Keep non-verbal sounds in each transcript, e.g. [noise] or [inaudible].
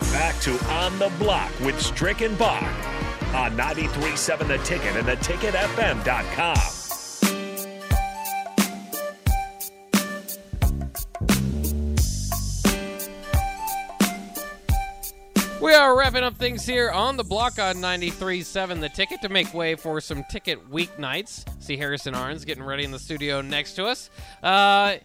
back to On the Block with Stricken Bach on 937 The Ticket and theticketfm.com. We are wrapping up things here on the block on 93.7 The Ticket to make way for some ticket weeknights. See Harrison Arns getting ready in the studio next to us. Uh,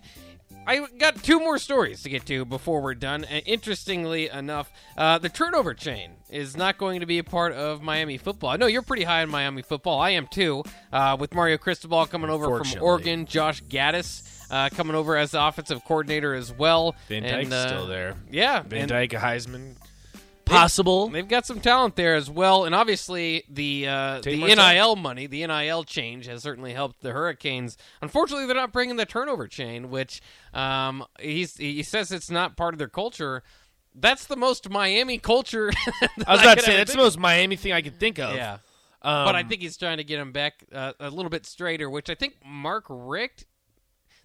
I got two more stories to get to before we're done. And interestingly enough, uh, the turnover chain is not going to be a part of Miami football. I know you're pretty high on Miami football. I am too, uh, with Mario Cristobal coming over from Unfortunately. Oregon, Josh Gaddis. Uh, coming over as the offensive coordinator as well. Van And, Dyke's uh, still there. Yeah. Van and- Dyke, Heisman, possible. They've got some talent there as well, and obviously the uh, the Tate NIL Martell. money, the NIL change has certainly helped the Hurricanes. Unfortunately, they're not bringing the turnover chain, which um, he's, he says it's not part of their culture. That's the most Miami culture. [laughs] I was about to say that's the most Miami thing I could think of. yeah. Um, but I think he's trying to get him back uh, a little bit straighter, which I think Mark Richt.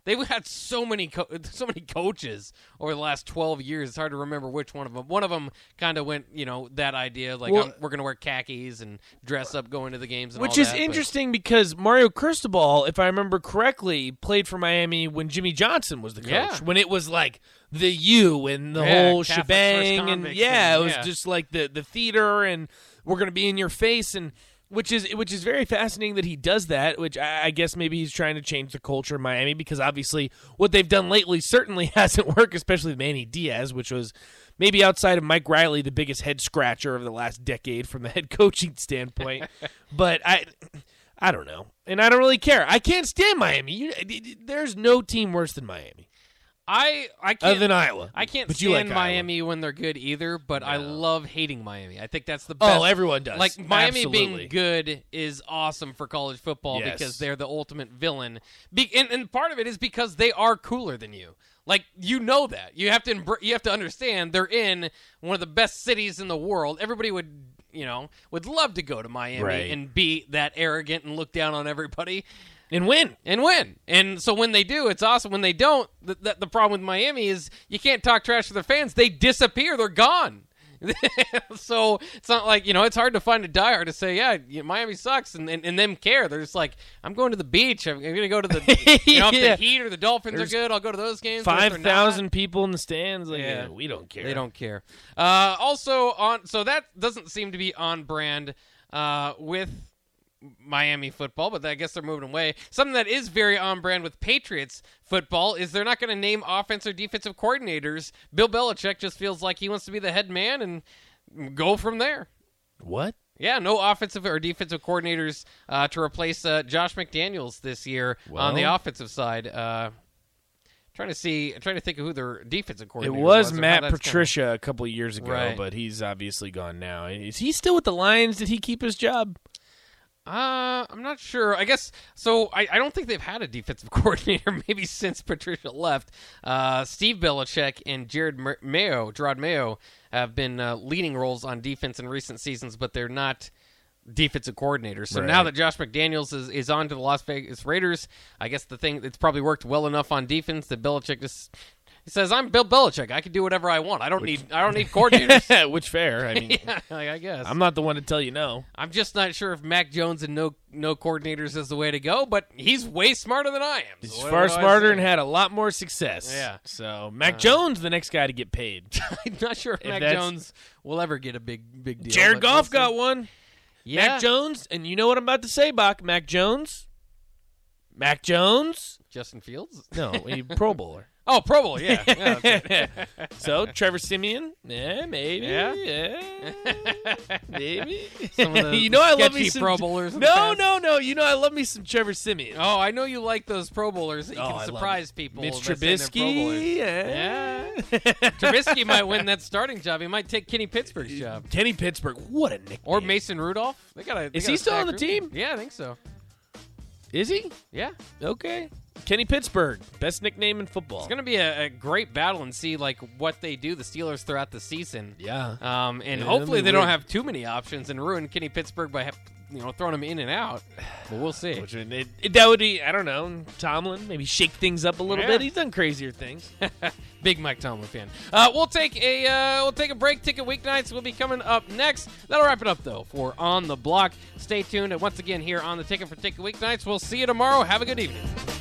They've had so many co- [laughs] so many coaches over the last twelve years. It's hard to remember which one of them. One of them kind of went, you know, that idea like Well- I'm, we're going to wear khakis and dress up going to the games, and Which all is that, but- interesting because Mario Cristobal, if I remember correctly, played for Miami when Jimmy Johnson was the coach. Yeah. When it was like the U and the Yeah, whole Catholics versus shebang, and convicts yeah, and- it was yeah. just like the the theater, and we're gonna be in your face, and which is which is very fascinating that he does that. Which I, I guess maybe he's trying to change the culture in Miami because obviously what they've done lately certainly [laughs] hasn't worked, especially with Manny Diaz, which was. Maybe outside of Mike Riley, the biggest head scratcher of the last decade from the head [laughs] coaching [laughs] standpoint. but I, I don't know, and I don't really care. I can't stand Miami. You, d- d- there's no team worse than Miami, I I other can't than Iowa. I can't but stand you like Iowa. Miami when they're good either, but I love hating Miami. I think that's the best. Oh, everyone does. Like Miami being Absolutely. good is awesome for college football Yes. because they're the ultimate villain. Be- and, and part of it is because they are cooler than you. Like you know that you have to embr- you have to understand they're in one of the best cities in the world. Everybody would you know would love to go to Miami Right. and be that arrogant and look down on everybody and win. and win. And so when they do, it's awesome. When they don't, the, the, the problem with Miami is you can't talk trash to their fans. They disappear. They're gone. [laughs] so it's not like you know it's hard to find a diehard to say yeah you- Miami sucks and, and, and them care they're just like I'm going to the beach I'm, I'm gonna go to [laughs] the you know if the Yeah. Heat or the Dolphins There's are good I'll go to those games but if they're Five not- thousand people in the stands. Like, Yeah. yeah, we don't care. they don't care. Uh, also on, so that doesn't seem to be on brand uh, with Miami football, but I guess they're moving away. Something that is very on brand with Patriots football is they're not going to name offense or defensive coordinators. Bill Belichick just feels like he wants to be the head man and go from there. What? Yeah, no offensive or defensive coordinators uh, to replace uh, Josh McDaniels this year on Well. the offensive side. Uh, trying to see, trying to think of who their defensive It coordinator was or how Matt that's gonna- Patricia a couple of years ago, Right. but he's obviously gone now. Is he still with the Lions? Did he keep [laughs] his job? [laughs] Uh, I'm not sure. I guess so. I, I don't think they've had a defensive [laughs] coordinator maybe since Patricia left. Uh, Steve Belichick and Jared Mer- Mayo, Gerard Mayo, have been uh, leading roles on defense in recent seasons, but they're not defensive coordinators. So now Right. that Josh McDaniels is, is on to the Las Vegas Raiders, I guess the thing that's probably worked well enough on defense that Belichick just he says, "I'm Bill Belichick. I can do whatever I want. I don't need I don't need [laughs] coordinators." [laughs] Which fair. I mean, Like, I guess I'm not the one to tell you no. I'm just not sure if Mac Jones and no no coordinators is the way to go, but he's way smarter than I am. He's So what- far what do I smarter say? [laughs] and had a lot more success. Yeah. Uh, So Mac Jones, the next guy to [laughs] get paid. I'm not sure if, Mac that's- Jones will ever get a big big deal. Jared but Goff we'll see. got one. yeah. Mac Jones, and you know what I'm about to say, Bach. Mac Jones. Mac Jones. Justin Fields. No, a Pro [laughs] Bowler. Oh, Pro Bowl. [laughs] Yeah. yeah that's it. so Trevor Simeon. Yeah, maybe. Yeah? Yeah. maybe. Some [laughs] of the you know I love sketchy me some Pro Bowlers in the No, past. no, no. You know I love me some Trevor Simeon. oh, I know you like those Pro Bowlers that you Oh, I can love surprise it. people. Mitch by saying they're Pro Bowlers. Trubisky. Yeah. [laughs] Trubisky might win that starting job. He might take Kenny Pittsburgh's job. Kenny Pittsburgh. What a nickname. Or Mason Rudolph. They got Is he still on the team? Yeah, I think so. Is he? Yeah. Okay. Kenny Pittsburgh. Best nickname in football. It's gonna be a, a great battle and see like what they do the Steelers throughout the season. yeah. Um, and Yeah, hopefully that'd they be don't weird. have too many options and ruin Kenny Pittsburgh by hap- you know throwing him in and out. [sighs] But we'll see. Which would- it, it- that would be I don't know Tomlin maybe shake things up a little Yeah. bit. He's done crazier things. [laughs] Big Mike Tomlin fan. Uh, we'll take a uh, we'll take a break. Ticket weeknights will be coming up next. That'll wrap it up though for on the block. Stay tuned and once again here on the ticket for ticket weeknights. We'll see you tomorrow. Have a good evening.